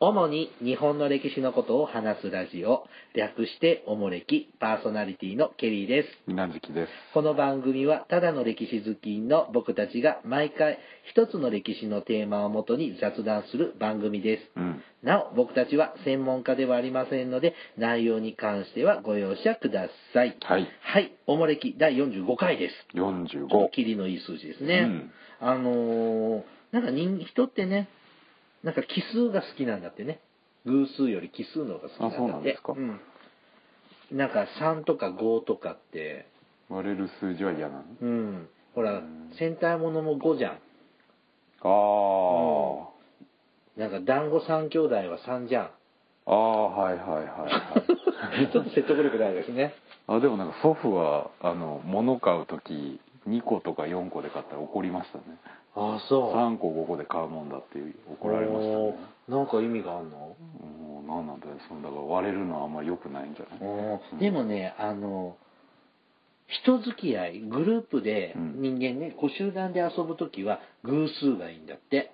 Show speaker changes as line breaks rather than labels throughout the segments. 主に日本の歴史のことを話すラジオ、略しておもれき、パーソナリティのケリーです。
南月です。
この番組はただの歴史好きの僕たちが毎回一つの歴史のテーマをもとに雑談する番組です。
うん。
なお、僕たちは専門家ではありませんので、内容に関してはご容赦ください。
はい
はい、おもれき第45回です。
45。
キリのいい数字ですね。
うん
あのーなんか人人ってね、なんか奇数が好きなんだってね。偶数より奇数の方が好きなんだって。
あそうなん
うんなんか3とか5とかって、
割れる数字は嫌なの
うん。ほら
うん、
戦隊ものも5じゃん。
あー。
なんか団子三兄弟は3じゃん。
あー、はいはいはいはい。
ちょっ と説得力ないですね。
あ、でもなんか祖父は、あの、物買うとき、2個とか4個で買ったら怒りましたね。
ああ、そう。
3個5個で買うもんだって怒られました
おー
ね。
なんか意味があるの、
もうなんなんだよ、そのだから割れるのはあんまり良くないんじゃない
おー
うん
でもね、あの、人付き合い、グループで
うん
人間ね、こう集団で遊ぶときは偶数がいいんだって。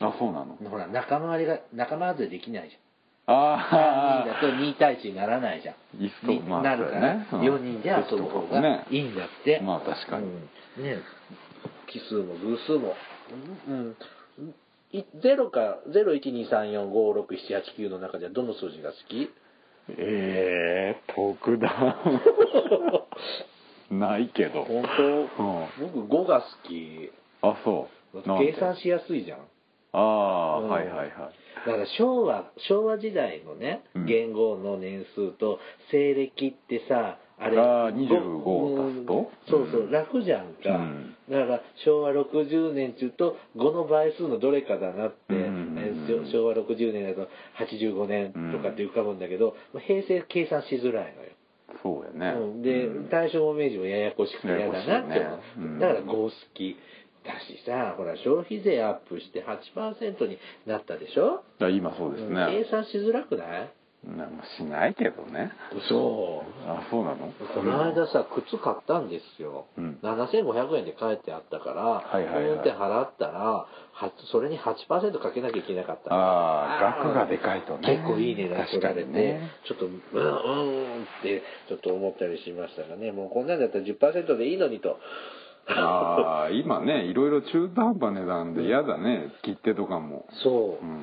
あ、そうなの
ほら、仲間割れが、仲間外れできないじゃん。3
あ
人だ
ー
と2対1にならないじゃん。
いっそ
に
まあ
なるか
そうや
ら
ね、うん
4人で遊ぶ方がいいんだって。
まあ確かに。
うんね奇数も偶数も、うんうん、い0か012345678の中ではどの数字が好き
ええ 特段ないけど
本当、僕5が好き
あそうなんで
計算しやすいじゃん
ああ、
うん
はいはいはい
だから昭和昭和時代のね
うん
元号の年数と西暦ってさあれ
あー25を足すと
うんそうそううん楽じゃんか、
うん
だから昭和60年っていうと5の倍数のどれかだなって、
うん
えーしょ昭和60年だと85年とかって浮かぶんだけど、まあ平成計算しづらいのよ、
そうやね、
うん、で、
うん
大正も明治もややこしくて嫌だなって思う、
ややこしいねうん
だから5好きだしさほら消費税アップして8%になったでしょ
だから今そうですね、
うん計算しづらくない
なんもしないけどね
嘘
あそうなの
この間さ靴買ったんですよ、
うん
7500円で買えてあったから、
はいはいはい
この手払ったらはそれに8%かけなきゃいけなかった
あー
ー
額がでかいとね
結構いい値段取られて、
確かにね
ちょっとうんうんってちょっと思ったりしましたがねもうこんなんだったら10%でいいのにと
ああ今ねいろいろ中途半端値段で嫌だね切手とかも
そう
う、ん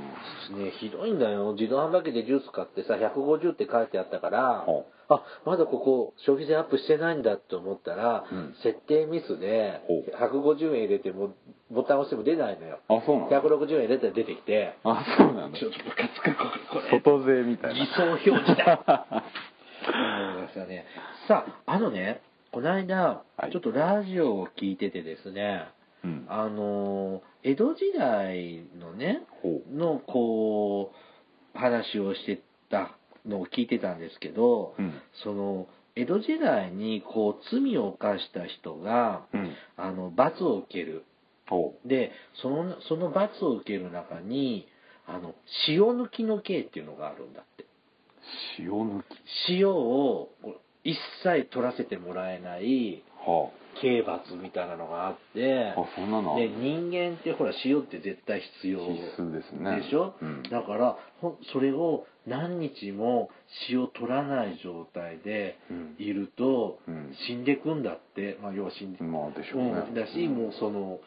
ねひどいんだよ自動販売機でジュース買ってさ150って書いてあったから、
ほ
あまだここ消費税アップしてないんだと思ったら、
うん
設定ミスで
ほう
150円入れてもボタン押しても出ないのよ
あそうなの
160円入れたら出てきて
あそうなの
ちょっとムカつくこれこ
外税みた
れ
い
偽
な
装表示だ思いましたねさああのねこの間、
はい
ちょっとラジオを聞いててですね
うん
あの江戸時代のね
ほ
のこう話をしてたのを聞いてたんですけど、
うん
その江戸時代にこう罪を犯した人が、
うん
あの罰を受ける
ほ
でそのその罰を受ける中にあの塩抜きの刑っていうのがあるんだって
う塩抜き
塩をこう一切取らせてもらえない
は
刑罰みたいなのがあって
あそんなのあ
で
る
人間ってほら塩って絶対必要
必須ですね
でしょ、
うん
だからほんそれを何日も塩取らない状態で
うん
いると
うん
死んでくんだって、まあ、要は死んで
まあでしょうね
うんだし、
うん
もうその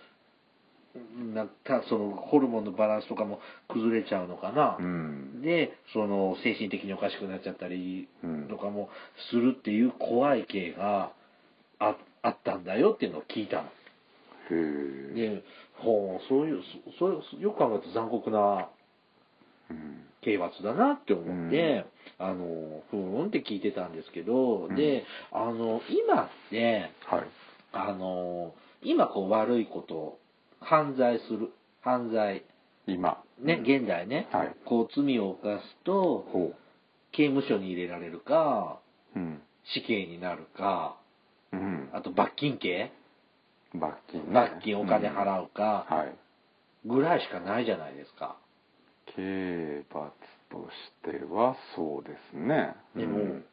なんかそのホルモンのバランスとかも崩れちゃうのかな、
うん
でその精神的におかしくなっちゃったり
うん
とかもするっていう怖い系がああったんだよっていうのを聞いたの。
へえ、
でほうそういうそそれよく考えると残酷な
うん
刑罰だなって思って、あのふーんって聞いてたんですけど、
うん
であの今って
はい
あの今こう悪いこと犯罪する犯罪
今
ね現代ね、
はい
こう罪を犯すと
ほ
刑務所に入れられるか
ううん
死刑になるか
うん
あと罰金刑
罰金ね
罰金お金払う
うん
か
はい
ぐらいしかないじゃないですか。
刑罰としてはそうですね
でも、
うん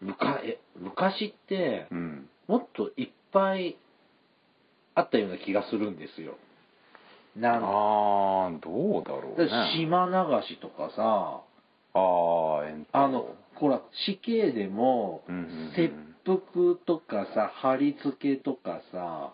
むかえ昔って
うん
もっといっぱいあったような気がするんですよ。
あ
なん
あーどうだろうね
島流しとかさ
ああえんと
あのほら死刑でも
うんうん
切腹とかさ貼り付けとかさ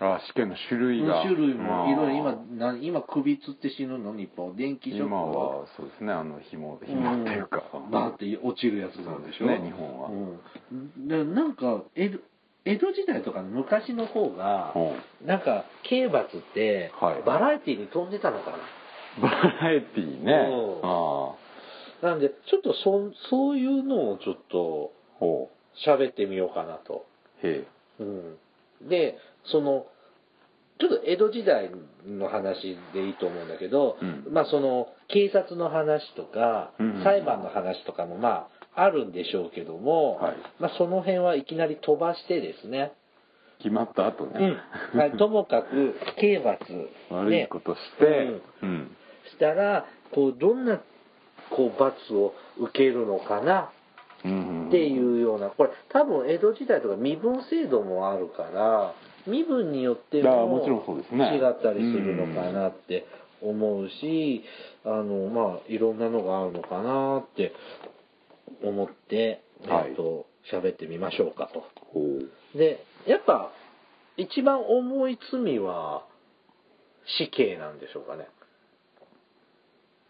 あ試験の種類が
種類もいろいろ
あ
今
ー
な今首つって死ぬの日本電気ショック
今はそうですねあの紐紐っていうか、
うんバーって落ちるやつなんでしょ
そうですね日本は
うん、でなんか江戸江戸時代とかの昔の方が
ほう
なんか刑罰って
はい
バラエティに飛んでたのかな、
バラエティー
う
ね
ん
あ
なんでちょっとそそういうのをちょっと
あほ
喋ってみようかなと、
うへえ
うん、でそのちょっと江戸時代の話でいいと思うんだけど、
うん
まあその警察の話とか
うんうんうん
裁判の話とかもまああるんでしょうけども、
はい
まあその辺はいきなり飛ばしてですね、
決まった後ね、
うんはい、ともかく刑罰、
悪い
ね
こ、として、
ね
うん
したらこうどんなこう罰を受けるのかな
うん
っていうようなこれ多分江戸時代とか身分制度もあるから身分によって
いや
も
もちろんそうですね
違ったりするのかなって思うしあのまあいろんなのがあるのかなって思って、
はい
えっと喋ってみましょうかと。
ほう
でやっぱ一番重い罪は死刑なんでしょうかね。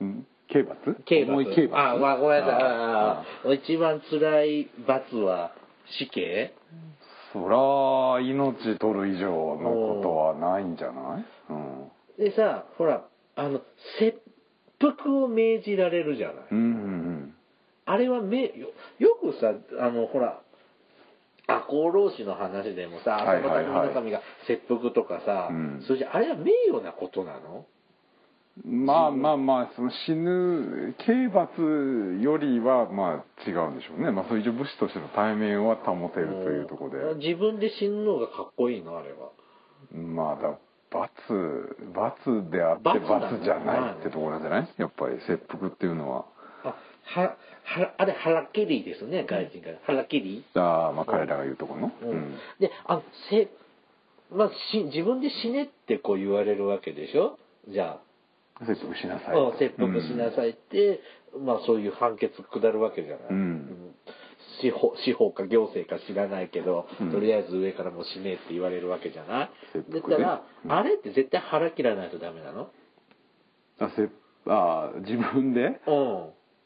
うん刑罰
刑罰
重い刑罰
あ、まあ、ごめんなさいあ
あ
ー。一番辛い罰は死刑
そら命取る以上のことはないんじゃない、うん
でさ、ほら、あの、切腹を命じられるじゃない。
うんうん
あれはめよ、よくさ、あの、ほら、赤穂浪士の話でもさ、
はいはいは
浅間
い
の神が切腹とかさ、
うん
それじゃあれは名誉なことなの
うんまあまあまあその死ぬ刑罰よりはまあ違うんでしょうね、まあ、それ以上武士としての対面は保てるというところで
自分で死ぬのがかっこいいのあれは。
まあだ罰罰であって
罰なんだ
罰じゃないってところなんじゃないやっぱり切腹っていうのは
あ、は、は、あれ、腹切りですね、外人から。腹切り
あーまあ彼らが言うところの、
うんであのせ、まあ、し自分で死ねってこう言われるわけでしょじゃ
切腹しな
あ、
さい
うん切腹しなさいって、まあ、そういう判決下るわけじゃない、
うん
司法司法か行政か知らないけど、
うん
とりあえず上からもう死ねって言われるわけじゃない
切
だ
腹
か
ね
ら、
うん
あれって絶対腹切らないとダメなの
あせあー自分で
うん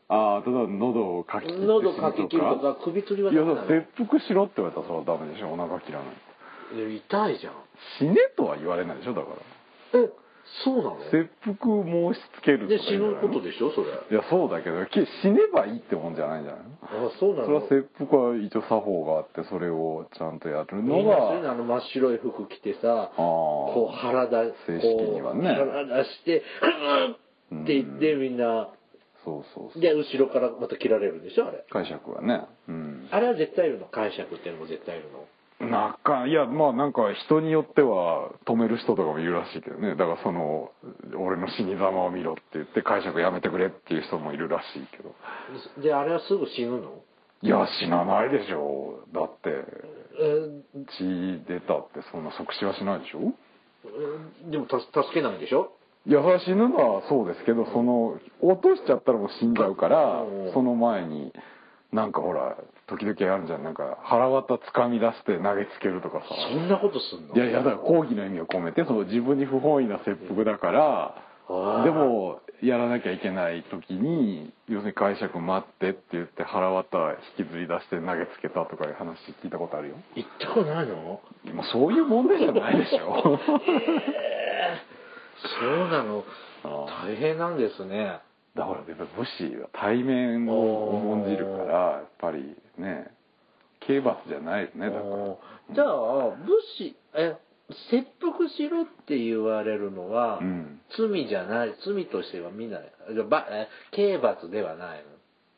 ああただ喉をかき切って
喉かき切るとか
死ぬ
首吊りは
とかいや
ダメなの
切腹しろって言われたらそれはダメでしょお腹切らない
いや痛いじゃん
死ねとは言われないでしょだから
えそうなの
切腹を申し付ける
で
か
死
言う
ぬ
んじゃない
こ
の
とでしょそれ
いやそうだけどき死ねばいいってもんじゃないんじゃないの
あそうな
それ
の
は切腹は一応作法があってそれをちゃんとやる
み
の
んなそういうの
が
あの真っ白い服着てさ
あー
こう腹だ
正式にはね
こう腹出して「ふーって言ってみんな
そうそうそう
で後ろからまた切られるんでしょあれ
解釈はねうん
あれは絶対いるの解釈っていうのも絶対いるの
なんかいやまあなんか人によっては止める人とかもいるらしいけどねだからその俺の死に様を見ろって言って解釈やめてくれっていう人もいるらしいけど
であれはすぐ死ぬの
いや死なないでしょだって
えー
血出たってそんな即死はしないでしょ
えーでもたす助けないんでしょ
いやそれは死ぬのはそうですけどその落としちゃったらもう死んじゃうから
うん
その前になんかほら時々あるじゃんなんか腹渡掴み出して投げつけるとかさ
そんなことすんの
いやいやだから抗議の意味を込めてその自分に不本意な切腹だから
あー
でもやらなきゃいけない時に要するに解釈待ってって言って腹渡引きずり出して投げつけたとかいう話聞いたことあるよ
行ったことないの
もうそういう問題じゃないでし ょ
そうなの
あ
大変なんですね
だからやっぱ武士は対面を重んじるからやっぱりね刑罰じゃないよねだから
おーじゃあ武士え切腹しろって言われるのは、
うん
罪じゃない罪としては見ないじゃあばえ刑罰ではない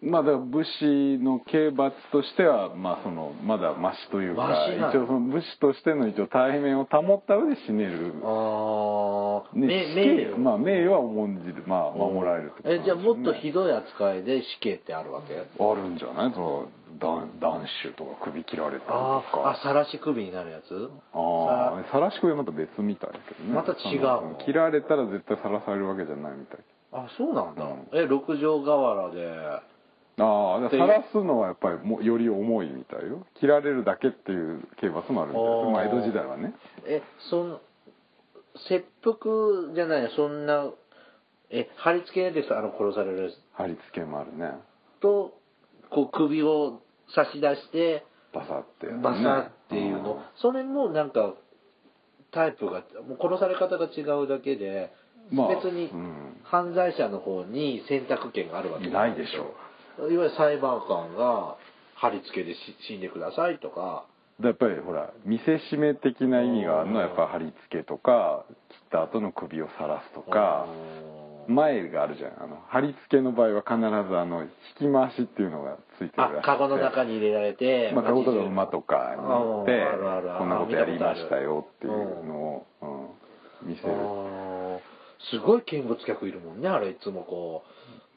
まあだから武士の刑罰としては、まあ、そのまだマシというか
マシなの
一応その武士としての一応対面を保った上で死ねる、
のああ、
ね、
め
死
名
刑
誉
まあ名誉は重んじる、まあ、守られるってことなん
え
で
じ
し
ゃあ
ょ
も
う
っ
ね
とひどい扱いで死刑ってあるわけ
あるんじゃないその男男子とか首切られたりと
あーあ
か
さらし首になるやつ
ああさらし首はまた別みたいだけどね
また違う
その切られたら絶対さらされるわけじゃないみたい
あそうなんだ、
うん
え六畳河原で
ああだ
って
か
いう
ら晒すのはやっぱりもより重いみたいよ切られるだけっていう刑罰もあるみたいです
あー
まあ江戸時代はね
えその切腹じゃないそんなえ貼り付けでさあの殺されるや
貼り付けもあるね
つとこう首を差し出して
バサってやつね
バサっていうの、
ん
それもなんかタイプがもう殺され方が違うだけで、
まあ
別に
うん
犯罪者の方に選択権があるわけ
いないでしょ
ういわゆる裁判官が貼り付けでし死んでくださいとか
やっぱりほら見せしめ的な意味があるのはやっぱ貼り付けとか切った後の首を晒すとか
うん
前があるじゃんあの貼り付けの場合は必ずあの引き回しっていうのがついてる
あ
らしくて
カゴの中に入れられて
まあ、カゴとか馬とかに乗って
あるあるある
こんなことやりましたよっていうのを、うん見せる、
あーすごい見物客いるもんねあれいつもこ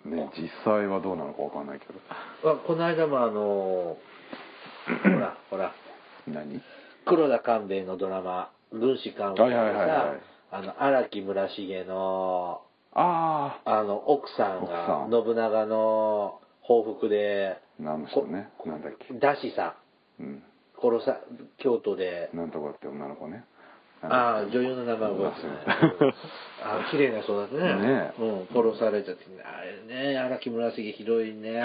ね、実際はどうなのかわかんないけど
うあこの間もあのーほらほら
何
黒田官兵衛のドラマ「軍師官兵衛」
はいはいはいはい
でさあの荒木村重の
あ
あの奥さんが
奥さ
信長の報復で
あなんの人ね
こ
なんだっけ、
ダシさ
うん、
ん殺さ京都で
なんとかって女の子ね
ああ女優の名前覚えてない
忘れた
あー綺麗な人だってね
ねえ
うん、殺されちゃってあれね荒木村重ひどい ね、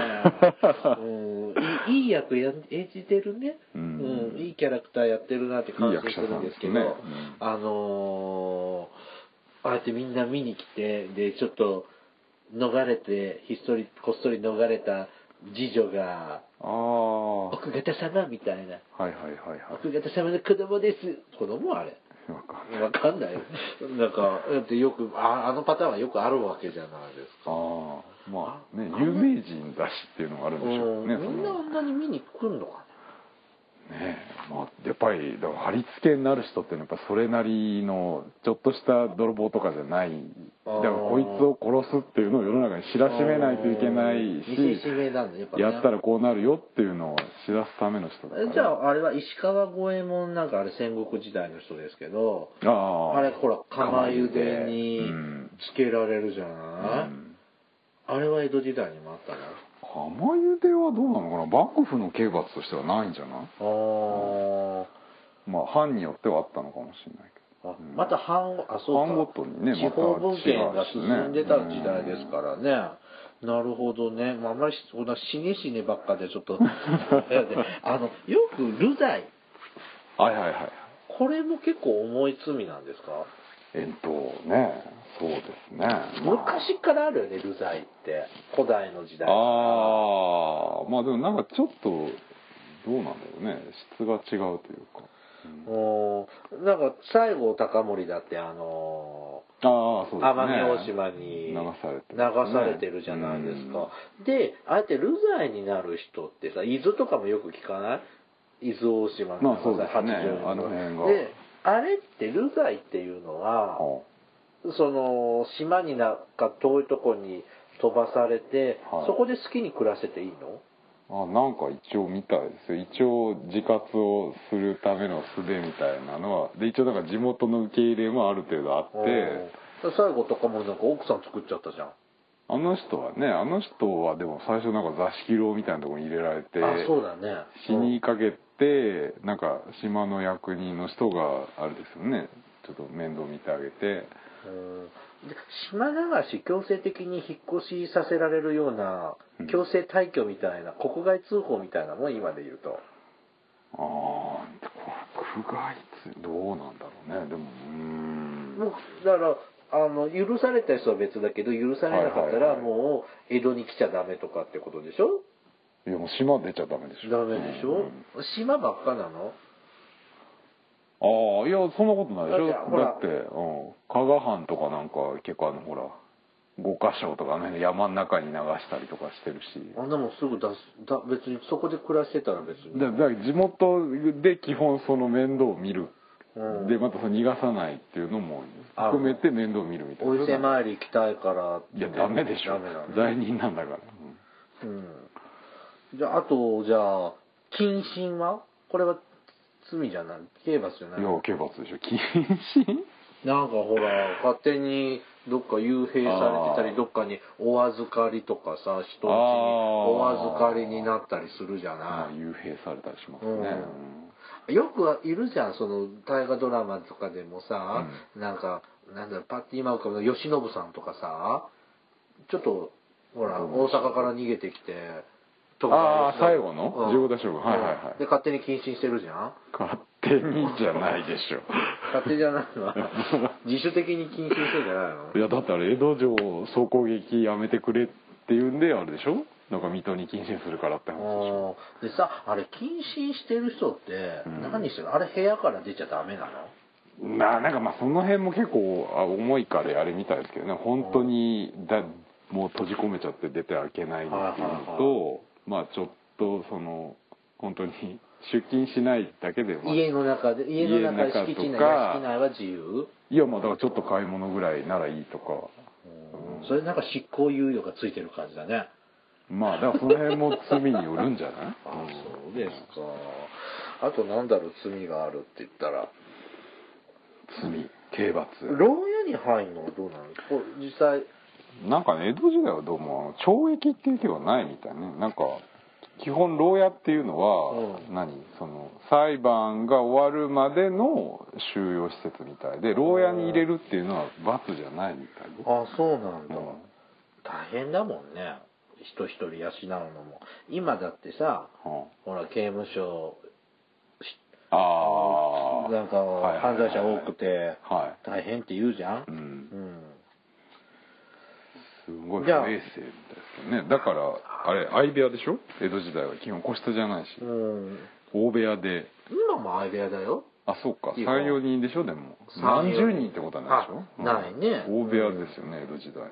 うん、いいいい役や演じてるね、
うん
ういいキャラクターやってるなって感心するんですけど
いい役者さんですね
あのーああやってみんな見に来てでちょっと逃れてひっそりこっそり逃れた次女が
ああ
「奥方様」みたいな
はいはいはい
「
は
奥方様の子供です」子供あれ
いわかんない
わかんないよ。 なんか、だってよく、ああのパターンはよくあるわけじゃないですか。
ああまあね
あ
有名人だしっていうのもあるんでしょうね
うん
そ
みんなあ
のね
んなに見に来るのか
えまあやっぱりだから貼り付けになる人っていうのはやっぱそれなりのちょっとした泥棒とかじゃない
あ
だ
ー
からこいつを殺すっていうのを世の中に知
な
らしめないといけな
うん
い
見せしめ
し
なんだ、やっぱ、ね。
やったらこうなるよっていうのを知らすための人だから
えじゃあ、あれは石川五右衛門なんかあれ戦国時代の人ですけど、
ああ
あれほら、釜茹でに
うん
つけられるじゃ
う
ない、
ん
あれは江戸時代にもあったの
釜茹ではどうなのかな幕府の刑罰としてはないんじゃない
あ
まあ藩によってはあったのかもしれないけど
ーあ
うん
また藩あそうか
藩ごとにね
地方文献が進んでた時代ですからね、なるほどね、まあ、あまりこんな死ね死ねばっかでちょっ とあのよく流罪
はいはいはい
これも結構重い罪なんですか
えっとねそうですねまあ
昔からあるよね流罪って古代の時代
ああまあでもなんかちょっとどうなんだろうね質が違うというか、うん
もうなんか西郷隆盛だってあのー
ああそうです
奄
ね
美大島に
流されて
流
るね、
されてるじゃないですか、であえて流罪になる人ってさ伊豆とかもよく聞かない伊豆大島
まあそうですねあの辺が
であれって流罪っていうのは、
は
その島になんか遠いとこに飛ばされて、
はい
そこで好きに暮らせていいの
ああなんか一応みたいですよ一応自活をするための素手みたいなのはで一応だから地元の受け入れもある程度あって、
うん最後とかもなんか奥さん作っちゃったじゃん
あの人はねあの人はでも最初なんか座敷牢みたいなところに入れられて
あそうだね
死にかけてなんか島の役人の人があれですよねちょっと面倒見てあげて
うんで島流し強制的に引っ越しさせられるような
うん
強制退去みたいな、国外通報みたいなもん今で言うと
ああ国外ってどうなんだろうねでもうーん
もうだからあの許された人は別だけど許されなかった
はいはいは
ら
い
もう江戸に来ちゃダメとかってことでしょ
いやもう島出ちゃダメでしょ
ダメでしょ、
うん
島ばっかなの
ああいやそんなことないでしょ
だってほら
だって、うん、加賀藩とかなんか結構あのほら五箇所とかあの辺で山の中に流したりとかしてるし
あんなもんすぐ出すだ別にそこで暮らしてたら別に
だだから地元で基本その面倒を見る、
うん
でまたその逃がさないっていうのも含めて面倒を見るみたいな
お伊勢参り行きたいからって
いやダメでしょ
ダメなの
罪人なんだから、
うんじゃあ、あと、じゃあ、謹慎はこれは罪じゃない刑罰じゃない
いや刑罰でしょ禁止
なんかほら、勝手にどっか幽閉されてたり、どっかにお預かりとかさ、人んちに
あー
お預かりになったりするじゃ
ま
な
あ
い。
幽閉されたりします
うん
ね、
よくいるじゃん、その大河ドラマとかでもさ、なんか、なんだろう、パッて今浮かぶの、慶喜さんとかさ、ちょっと、ほら、
うん
大阪から逃げてきて、
あ
徳川
あ
慶喜
最後の
うん
15代将軍はいはいはい
で、勝手に謹慎してるじゃん
勝手にじゃないでしょ
勝手じゃない わ。自主的に禁止してんじゃないの
いやだってあれ江戸城総攻撃やめてくれっていうんであれでしょなんか水戸に謹慎するからって話でしょ
うんでさ、あれ、謹慎してる人って
うん
何してる、あれ、部屋から出ちゃダメなの
ななんかまあその辺も結構あ重いかであれみたいですけどね本当にだもう閉じ込めちゃって出てはいけないっていうのと、まあちょっとその本当に出勤しないだけで、まあ
家の中で、家の中で敷地
家
内、
の中とか
屋敷内は自由、
いやまあだからちょっと買い物ぐらいならいいとか
うんそれなんか執行猶予がついてる感じだね。
まあだからその辺も罪によるんじゃない
あそうですか。あと、なんだろう、罪があるって言ったら、
罪刑罰
牢屋に入るのはどうなのこれ実際、
なんかね江戸時代はどうもあの懲役っていう手はないみたいねなんか基本牢屋っていうのは、
う
何その裁判が終わるまでの収容施設みたいで牢屋に入れるっていうのは罰じゃないみたいで
あそうなんだ、
うん
大変だもんね人一人養うのも今だってさ
うん
ほら刑務所
ああ
なんか
はいはいは
犯
い
罪者多くて
は
大変って言うじゃん
い、う、
うんん
すごい不
じゃあ
衛生みたいですけどねだからあれ相部屋でしょ江戸時代は基本個室じゃないし
うん
大部屋で
今も相部屋だよ
あそうか
いいか
34人でしょでも
三
何
四人
十人ってことはないでしょ、
あないね
大部屋ですよね、江戸時代だ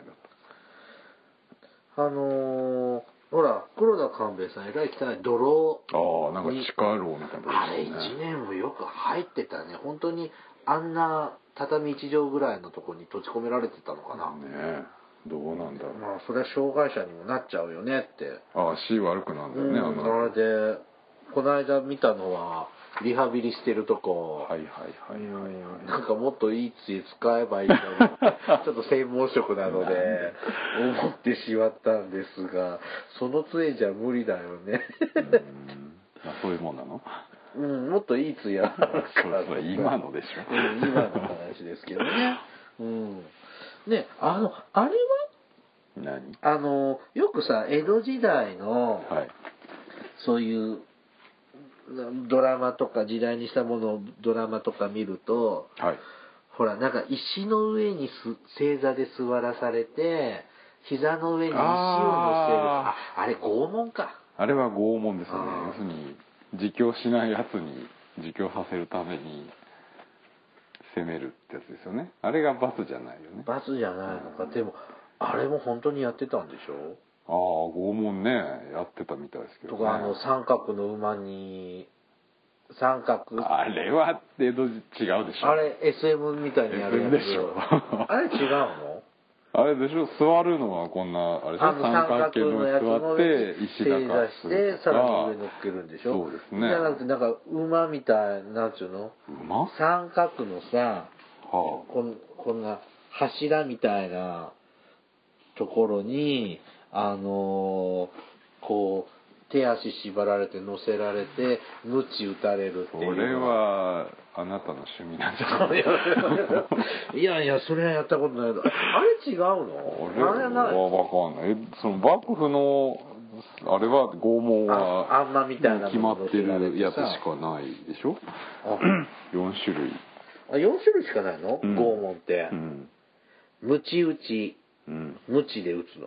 あのーほら黒田官兵衛さん偉い汚い泥
とああなんか地下牢みたいなとこ
あれ
ですよ
1年もよく入ってたね本当にあんな畳1畳ぐらいのとこに閉じ込められてたのかな、
ねねえどうなんだろう、
まあそれは障害者にもなっちゃうよねって
ああ足悪くなんだよね、あ
うん、
の
それでこの間見たのはリハビリしてるとこ、
はいはいはいはいはい、
うんなんかもっといい杖使えばいいの にちょっと専門職なので思ってしまったんですがその杖じゃ無理だよね
うんまあ、そういうもんなの
うんもっといい杖あるから
そうそう今のでしょ
うん今の話ですけどねうんねあのあれは
何
あのよくさ江戸時代の、
はい
そういうなドラマとか時代にしたものをドラマとか見ると
はい
ほらなんか石の上にす正座で座らされて膝の上に石を乗せるあ
あ
あれ拷問か
あれは拷問ですね
ああ
要するに自供しないやつに自供させるために責めるってやつですよねあれが罰じゃないよねあ
罰じゃないのかでもあれも本当にやってたんでしょ
あ拷問ねやってたみたいですけど、
と
ね、
かあの三角の馬に三角あ
あれは江戸時違うでしょ
れ SM みたいにやるやつ
SM でしょ
あれ違うの
あれでしょ座るのはこんなあれでし
あ
ょ
の
三角形のに座って石
正座
高くす
して
ると
さ
から
に上乗っけるんでしょ
そうですね
じゃなくてなんか馬みたいなんちゅうの
馬は
三角のさ
あ
こんこんな柱みたいなところにあのーこう手足縛られて乗せられて鞭打たれるって
そ
いう
れはあなたの趣味なんじゃな い
いやいやそれはやったことないけどあれ違うのあれはない
わかんないえその幕府のあれは拷問は
ああんまみたいな
決ま
もの
ってるやつしかないで しょ
あ
4種類
あ4種類しかないの、
うん
拷問って
うん
鞭打ち
うん
鞭で打つの、
う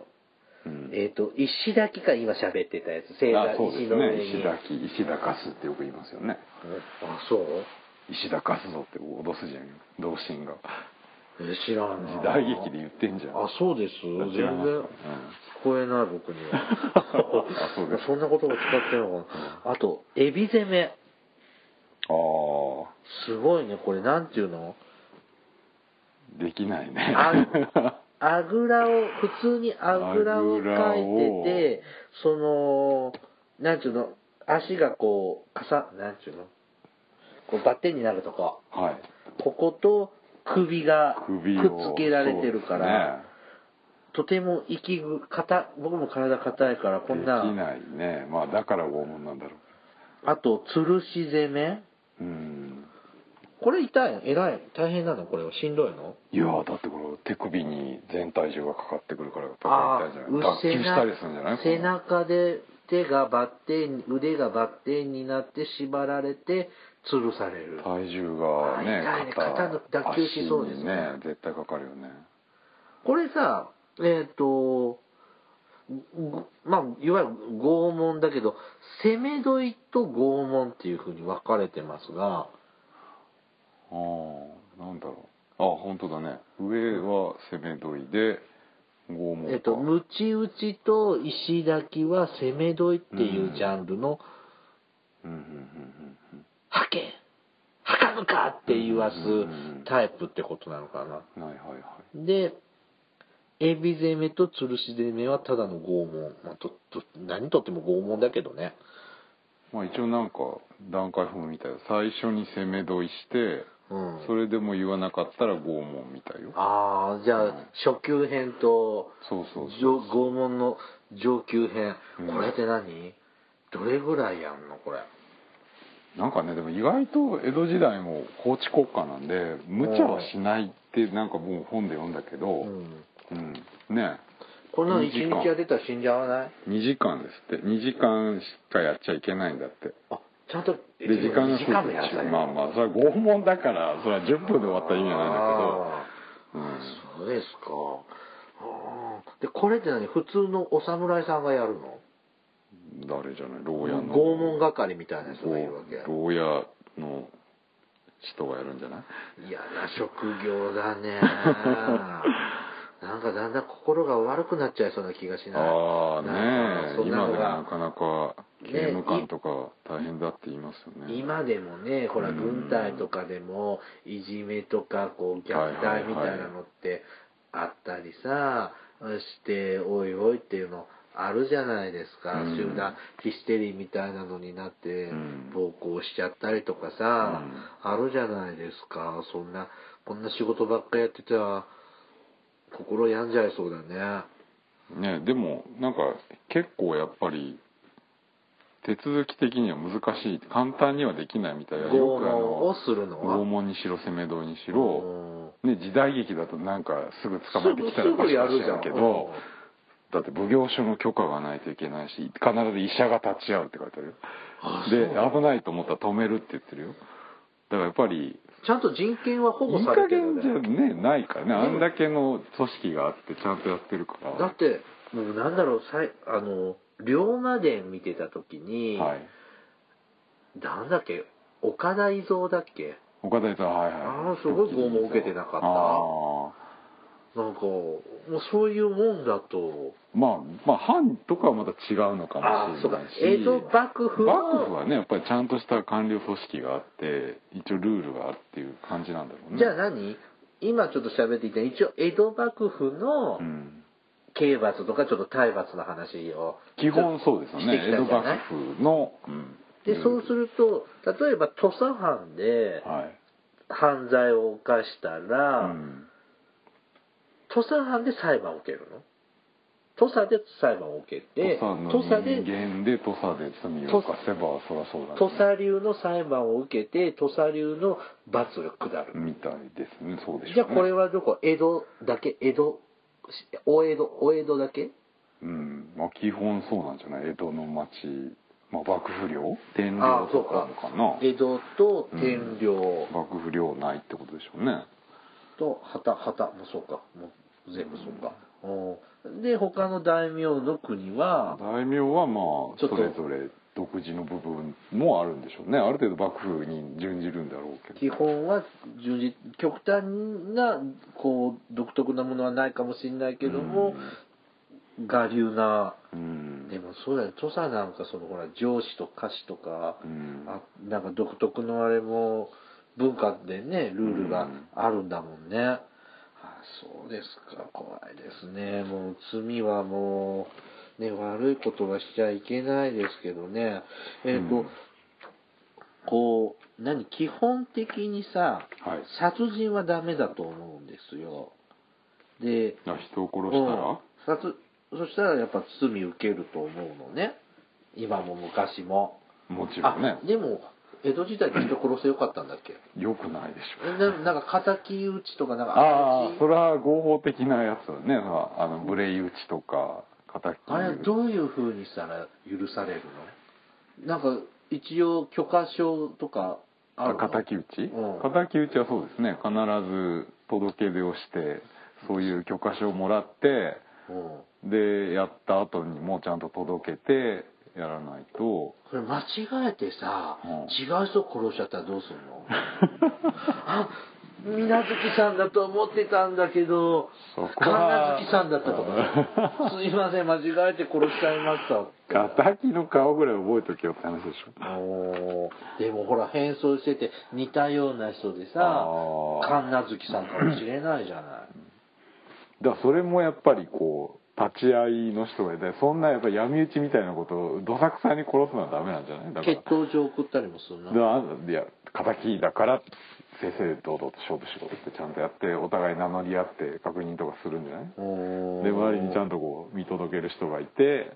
ん
えっ、と石抱きか今喋ってたやつ正座
あそうで
石
す
の上
ね
に
石
うん
だき石だかすってよく言いますよね
あそう
石だかすぞって脅すじゃん同心が
え知らんな
時代劇で言ってんじゃん
あそうです全然
うん
聞こえない僕には
あそうです
んな言葉使ってるのかなあとエビ攻め
あ
すごいねこれなんていうの
あできないね
ああぐらを普通にあぐらをかいててそのなんちゅうの、足がこう、かさ、なんちゅうの、こうバッテンになるとこ、
はい
ここと首がく
首を
っつけられてるから、
そうですね
とても息ぐ、硬、僕も体硬いから、こん
でき
な、
ないねまあだから拷問なんだろ
あと、吊るし攻め
ううん
これ痛いの偉い大変なのこれはしんどいの
いやーだってこれ手首に全体重がかかってくるからやっ
あ
ぱり痛いじゃない
あ
脱臼したりするんじゃない
背中で手がバッテン腕がバッテンになって縛られて吊るされる
体重がね
あ痛いね肩の脱臼しそうですね
足にね絶対かかるよね
これさえっ、とぐまあいわゆる拷問だけど攻め問いと拷問っていうふうに分かれてますが
ああなんだろうあ本当だね上は攻めどいで拷問か
えっと、ムチ打ちと石抱きは攻め問いっていうジャンルの
うんうんうんうんうん
「はけはかぬか!」って言わす
うん
タイプってことなのかな
はいはいはい
で、エビ攻めと吊るし攻めはただの拷問。まあ、とと何とっても拷問だけどね。
まあ一応なんか段階踏むみたいよ最初に攻めどいして
うん。
それでも言わなかったら拷問みたいよ
ああ、じゃあ、初級編と、
そうそうそう
上拷問の上級編。
うん
これって何、どれぐらいやんのこれ。
なんかねでも意外と江戸時代も法治国家なんで無茶はしないってなんかもう本で読んだけど、
うん。
うんね
こんなの一
二時間
日やってたら死んじゃわない
2時間ですって2時間しかやっちゃいけないんだって
あ、ちゃんと、
で時間が
時間もやったよ
まあまあそれは拷問だからそれは10分で終わったら意味は
あー
ないんだ
そうですか。あーで、これって何普通のお侍さんがやるの
けど、うん、誰じゃない牢屋の
拷問係みたいな人がいるわけ。
牢屋の人がやるんじゃない
嫌な職業だ ね。なんかだんだん心が悪くなっちゃいそうな気がしない。
ああ
なんか
ね
そんな
今
の
で
が
なかなか刑務官とか大変だって言いますよね
今でもね、ほら、
うん
軍隊とかでも、いじめとか、こう、虐待みたいなのってあったりさ、して、おいおいっていうのあるじゃないですか。
うん
集団ヒステリーみたいなのになって
うん、
暴行しちゃったりとかさ、あるじゃないですか。そんな、こんな仕事ばっかやってたら、心病んじゃいそうだね。
ねでもなんか結構やっぱり手続き的には難しい簡単にはできないみたいな
拷問をするのは
拷問にしろ攻め道にしろ、
うん
ね、時代劇だとなんかすぐ捕まえてきたら
すぐすぐやるじゃん
バシバシやけどだって奉行所の許可がないといけないし必ず医者が立ち会うって書いてあるよ
あそうなの
で危ないと思ったら止めるって言ってるよだからやっぱり
ちゃんと人権は保
い
護
い
さ
加
れてる
減
よ
じゃ
ね。
ねないからねあんだけの組織があってちゃんとやってるから
だって、もうなんだろう、さいあの、龍馬伝見てた時に、
はい
なんだっけ、岡田伊蔵だっけ
岡田さんはいはい
あーすごい拷問受けてなかった
あ
なんか、もうそういうもんだと、
ーまあまあ藩とかはまた違うのか
あ
も
あ、
し
そう
れ
か
ないし、
江戸幕府の
幕府はねやっぱりちゃんとした官僚組織があって一応ルールがあるっていう感じなんだろうね
じゃあ何今ちょっと喋っていた一応江戸幕府の
うん、
刑罰とかちょっと体罰の話を
基本そうですよね
してき
江
た
戸
んじゃない
幕府の、うん
でそうすると例えば土佐藩で
はい、
犯罪を犯したら、
うん
土佐藩で裁判を受けるの土佐で裁判を受けて
土佐の
土佐で
人間で土佐で罪を犯せばそりゃそうだね
土佐流の裁判を受けて土佐流の罰が下る、
みたいですねそうでしょう、ね、
じゃあこれはどこ江戸だけ江戸し大江戸大江戸だけ
うんまあ、基本そうなんじゃない江戸の町、まあ、幕府領天領とかのかな
江戸と天領、
幕府領内ってことでしょうね
と旗旗もそうかもう全部そうか、うんで他の大名の国は
大名はまあ
ちょっと
それぞれ独自の部分もあるんでしょうねある程度幕府に準じるんだろうけ
基本は順次極端なこう独特なものはないかもしれないけども、我流な
どうん
でもそうだよ土佐なんかそのほら上司と下司とか、
うん
あなんか独特のあれも文化でねルールがあるんだもんね、あそうですか怖いですねもう罪はもうね、悪いことはしちゃいけないですけどね、えっ、と、
うん
こう、何、基本的にさ、
はい
殺人はダメだと思うんですよ。で、
あ人を殺したら、
うん殺そしたらやっぱ罪受けると思うのね。今も昔も。
もちろんね
あでも、江戸時代って人殺せよかったんだっけ
よくないでし
え
ょ
ななんか敵討ちとかなんか
ああ
ち
それは合法的なやつだねあの無礼打ちとか敵
あれどういう風にしたら許されるのなんか一応許可証とかあるの
敵討ち、
うん
敵討ちはそうですね必ず届け出をしてそういう許可証をもらって
うん
でやった後にもうちゃんと届けてやらないと
これ間違えてさ、
うん
違う人殺しちゃったらどうすんのあ水無月さんだと思ってたんだけど
そこ
神
は
奈月さんだったとかすいません間違えて殺しちゃいました
敵の顔ぐらい覚えとけよって話でしょ
おーでもほら変装してて似たような人でさ
あー
神奈月さんかもしれないじゃない
だからそれもやっぱりこう立ち会いの人がいてそんなやっぱ闇討ちみたいなことをどさくさに殺すのはダメなんじゃないだから
血糖上送ったりもするな
だからいや敵だから正々堂々と勝負しろってちゃんとやってお互い名乗り合って確認とかするんじゃない
で
で周りにちゃんとこう見届ける人がいて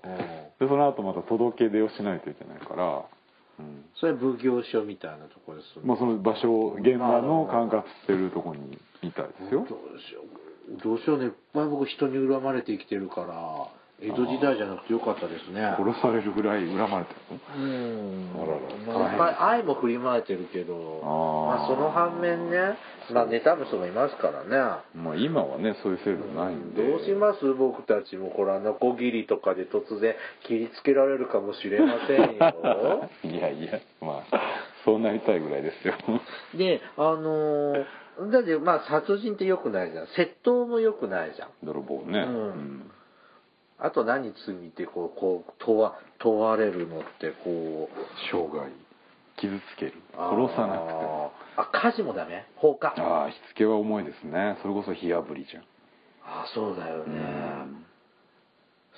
でその後また届け出をしないといけないから、うん
それ奉行所みたいなところでする
まあ、その場所現場の管轄してるとこにいたいです
ど
よ
うしようどうしようねいっぱい僕人に恨まれて生きてるから江戸時代じゃなくてよかったですね
殺されるぐらい恨まれてるの
うん
あらら
まあいっぱい愛も振りまいてるけど
あー
まあ、その反面ね、まあ、妬む人もいますからね
まあ、今はねそういう制度ないんで
どうします僕たちもほらノコギリとかで突然切りつけられるかもしれませんよ
いやいやまあそうなりたいぐらいですよ
であのーだってまあ殺人って良くないじゃん窃盗も良くないじゃん
泥棒ね、
うんあと何罪でこうこう問わ問われるのってこう
生涯傷つける
あ
殺
ー
さなくても
あ火事もダメ放火あ
ああしつけは重いですねそれこそ火あぶりじゃん
あそうだよね
うん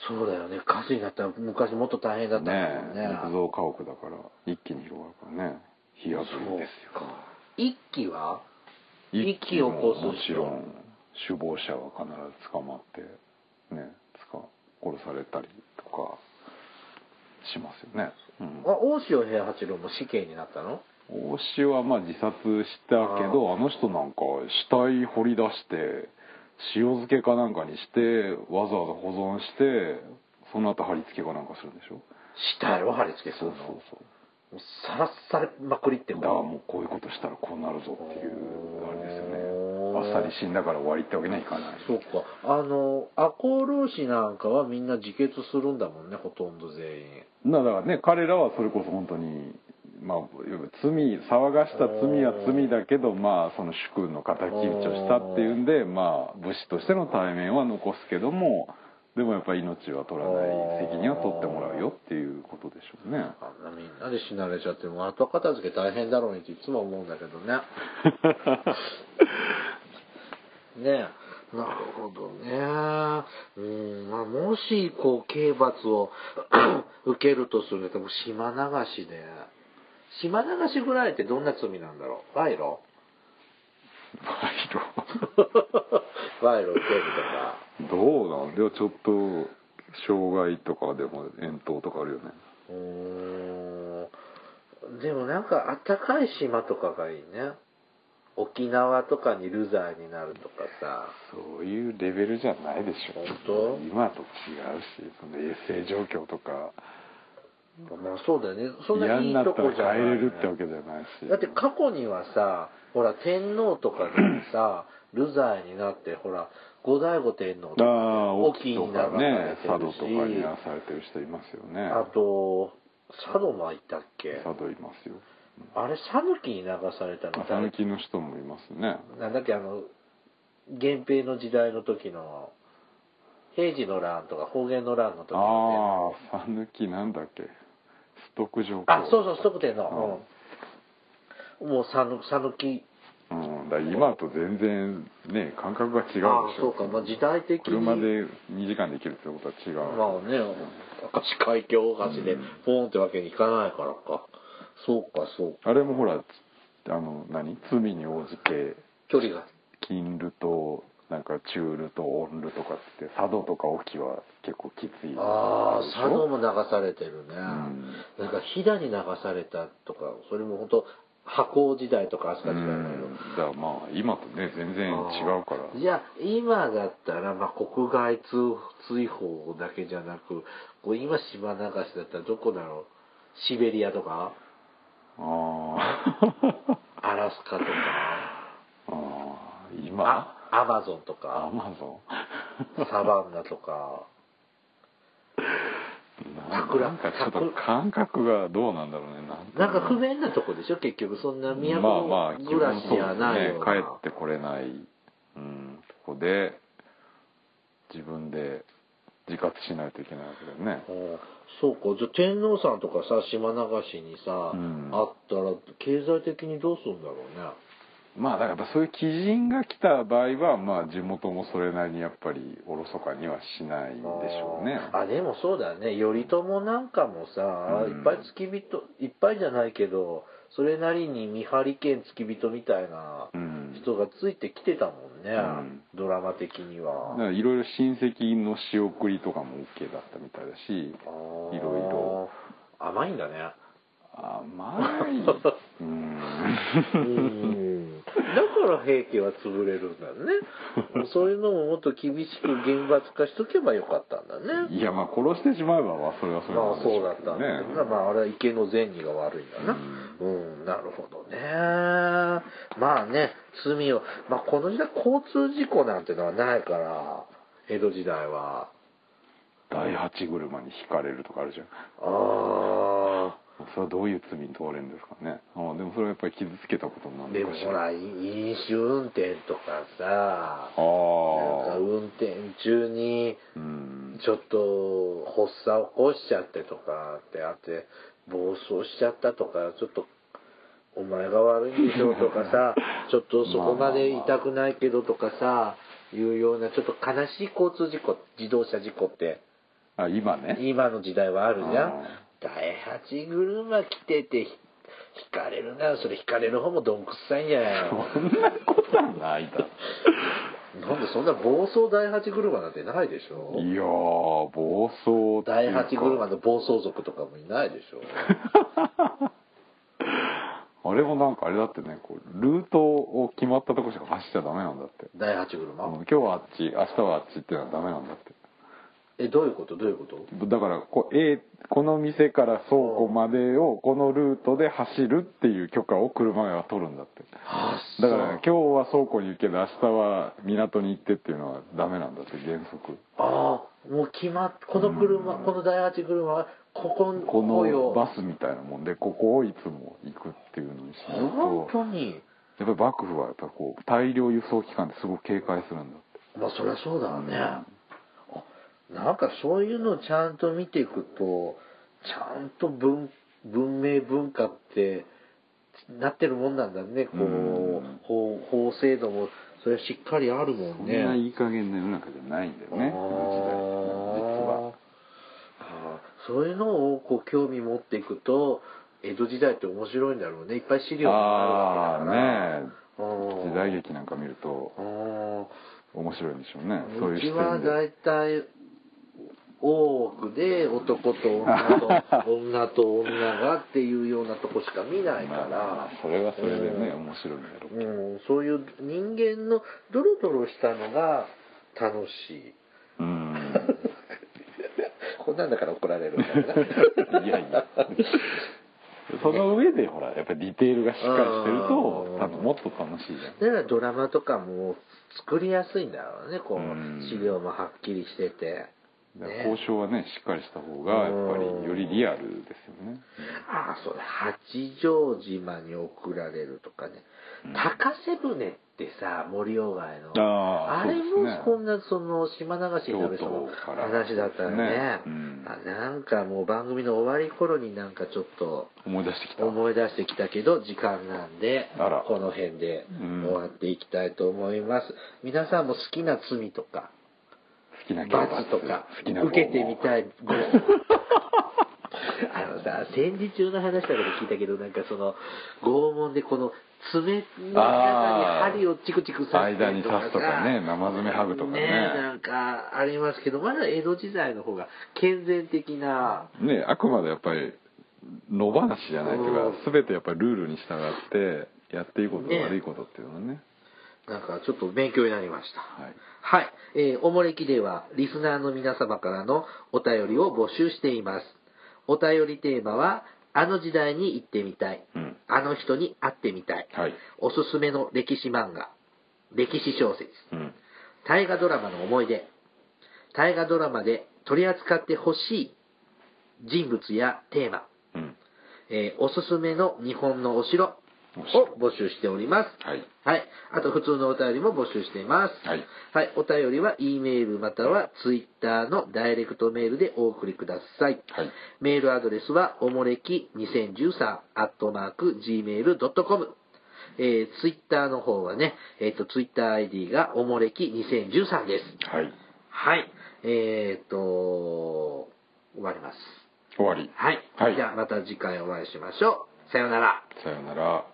そうだよね火事になったら昔もっと大変だったんだよ
ね
ね
え木造家屋だから一気に広がるからね火あぶりですよ
そうか一気は
一
一気を起こす人
もちろん首謀者は必ず捕まってねつか殺されたりとかしますよね、うん
あ大塩平八郎も死刑になったの
大塩はまあ自殺したけどあの人なんか死体掘り出して塩漬けかなんかにしてわざわざ保存してその後貼り付けかなんかするんでしょ
死体を貼り付けするの
そう
もうさらされまくりって
だ
こ
から
と
もうこういうことしたらこうなるぞっていうあれです
おー
よねあっさり死んだから終わりってわけにはいかない
そうかあの赤穂浪士なんかはみんな自決するんだもんねほとんど全員
なだからね彼らはそれこそ本当にまあ要は罪騒がした罪は罪だけどまあその主君の敵討ちをしたっていうんでまあ武士としての対面は残すけどもでもやっぱり命は取らない責任は取ってもらうよっていうことでしょ うね
あんなみんなで死なれちゃっても後片付け大変だろうにっていつも思うんだけどねねえなるほどねうん、まあ、もしこう刑罰を 受けるとするともう島流しで島流しぐらいってどんな罪なんだろう賄 賂賄賂受けるとか
どうなんでもちょっと障害とかでも遠投とかあるよね
うーんでもなんかあったかい島とかがいいね沖縄とかに流罪になるとかさ
そういうレベルじゃないでしょ
本当
今と違うしその衛生状況とか
まあそうだよねそんな
嫌
い
に
い
な
と
ったら
こ
帰
じゃない、
れるってわけじゃないし
だって過去にはさほら天皇とかで さ流罪になってほら後醍醐天皇とか
ああ
隠岐
沖と
に流
かね
さ
佐
れてるし
渡とかにやらされてる人いますよね
あと佐渡もいたっけ
佐渡いますよ
あれ讃岐に流されたの
朝抜きの人もいますね
なんだっけあの源平の時代の時の平治の乱とか方言の乱の時の
ああ朝抜きなんだっけストック状況
あそうそうストック天皇、うんもう讃讃岐
うんだから今と全然ね感覚が違うでしょ
ああそうかまあ時代的に
車で2時間で行けるってことは違う、
まあね明石海峡大橋でポーンってわけにいかないからか、そうかそうか
あれもほらつあの何罪に応じて
距離が
金ルとなんか中ルとオンルとかっつって佐渡とか沖は結構きつい
ああ
でしょ
佐渡も流されてるね、
ん
なんか飛騨に流されたとかそれも本当箱時代とか飛
う
鳥時代だけど
んだからまあ今とね全然違うから
じゃあ今だったら、まあ、国外通追放だけじゃなくこう今島流しだったらどこだろうシベリアとか
ああ
アラスカとか
あー今
あアマゾンと
ア
か
マ ゾン
サバンナとか
な
桜
なんかちょっと感覚がどうなんだろうねなん
なんか不便なとこでしょ結局そんな都
まあまあ
暮らしにはないような、
基本そうですね帰ってこれない、うん、とこで自分で自活しないといけないわけだよね
うんそうかじゃあ天皇さんとかさ島流しにさ、
うん
あったら経済的にどうするんだろうね
まあだからそういう鬼人が来た場合はまあ地元もそれなりにやっぱりおろそかにはしないんでしょうね
あでもそうだね頼朝なんかもさ、
うん
いっぱい付き人いっぱいじゃないけどそれなりに見張り兼付き人みたいな
うん
人がついてきてたもんね、
うん
ドラマ的には。
いろいろ親戚の仕送りとかも OK だったみたいだし
あー
いろいろ
甘いんだね。
甘いうん
うんだから平家は潰れるんだ ね。そういうのももっと厳しく厳罰化しとけばよかったんだね。
いやまあ殺してしまえばまあそれはそれ
ま
な
あ
んでし
そう
ょ
だ
う
っ
け
た
ど
んだ
ね
けど、まああれは池の善意が悪いんだな。うん、なるほどね。まあね、罪を、まあこの時代交通事故なんてのはないから、江戸時代は。
第八車にひかれるとかあるじゃん
あ
それはどういう罪に問われるんですかねああでもそれはやっぱり傷つけたことにな
あ、
る
で
の
も
かし
ほ
らあ
ら、い飲酒運転とかさ、なんか
あ
運転中に、
うん
ちょっと発作起こしちゃってとかってあって暴走しちゃったとかちょっとお前が悪いんでしょとか さちょっとそこまで痛くないけどとかさいうようなちょっと悲しい交通事故自動車事故って
あ今ね
今の時代はあるじゃん
あー
第八車来ててひ引かれるなそれ引かれる方もどんくさいんじゃないの
そんなことはな いだろ
なんでそんな暴走第八車なんてないでしょ
いやー暴走っ
第
ていうか
八車の暴走族とかもいないでしょ
あれもなんかあれだってねこうルートを決まったとこしか走っちゃダメなんだって
第八
あ
車、
の今日はあっち明日はあっちっていうのはダメなんだって
えどういうことどういうこと
だからこう A この店から倉庫までをこのルートで走るっていう許可を車が取るんだって
あ
だから今日は倉庫に行くけど明日は港に行ってっていうのはダメなんだって原則
あーもう決まっこの車この第八車はここの
こ
雇用
のバスみたいなもんでここをいつも行くっていうのにしない
本
と
当に
やっぱり幕府はやっぱこう大量輸送機関ですごく警戒するんだって
まあそりゃそうだわね、あなんかそういうのをちゃんと見ていくとちゃんと文文明文化ってなってるもんなんだねこう、
うん
法法制度もそれはしっかりあるもん
そん
ね
ないい加減な世の中じゃないんだよね
あー
この時代実は
あーそういうのをこう興味持っていくと江戸時代って面白いんだろうねいっぱい資料があるわけだから
ああねえ時代劇なんか見ると
うん
面白いんでしょうねそういう
う
視
ち
点
は
で
大体大奥で男と女と女と女がっていうようなとこしか見ないか
ま
ら
あそれはそれでね、
うん
面白いんだろうけど
うん、そういう人間のドロドロしたのが楽しい
うん
こんなんだから怒られるんだ よな
い やいやその上でほらやっぱりディテールがしっかりしてると
あー
多分もっと楽しいじゃん
だからドラマとかも作りやすいんだろうねこ
うん
う資料もはっきりしてて、
だから
ね
交、渉はねしっかりした方がやっぱりよりリアルですよね
ああそうだ八丈島に送られるとかね、高瀬船っってさ森鴎外の
あ
あ
ー
れ
そう
も
ですね
こんなその島流しになる人の話だったらね
京都からですねうん
あなんかもう番組の終わり頃になんかちょっと
思い出してきた
思い出してきたけど時間なんで
あら
この辺で
うん
終わっていきたいと思います、皆さんも好きな罪とか
好きな刑
罰とか
好きな
受けてみ
い
たいあのさ戦時中の話だけど聞いたけどなんかその拷問でこの爪の
あ
中
ー
に針をチクチク刺して
間に刺すとかね生爪ハグとかね
なんかありますけどまだ江戸時代の方が健全的な
ねあくまでやっぱり野放しじゃないという
う
か全てやっぱりルールに従ってやっていいこと、
ね
悪いことっていうのはね
なんかちょっと勉強になりました
はい
はい、えーおもれきではリスナーの皆様からのお便りを募集していますお便りテーマはあの時代に行ってみたい、
うん
あの人に会ってみたい、
はい
おすすめの歴史漫画歴史小説
うん
大河ドラマの思い出大河ドラマで取り扱ってほしい人物やテーマ、
うん
えーおすすめの日本のお城を
お城
募集しております
はい
はい。あと、普通のお便りも募集しています。
はい。
はい。お便りは、E メールまたは Twitter のダイレクトメールでお送りください。
はい
メールアドレスは、おもれき2013、アットマーク、gmail.com。えー、Twitter の方はね、えっ、と、TwitterID が、おもれき2013です。
はい
はい。えーっと、終わります。
終わり
はい。
はい
じゃあ、また次回お会いしましょう。さようなら。
さようなら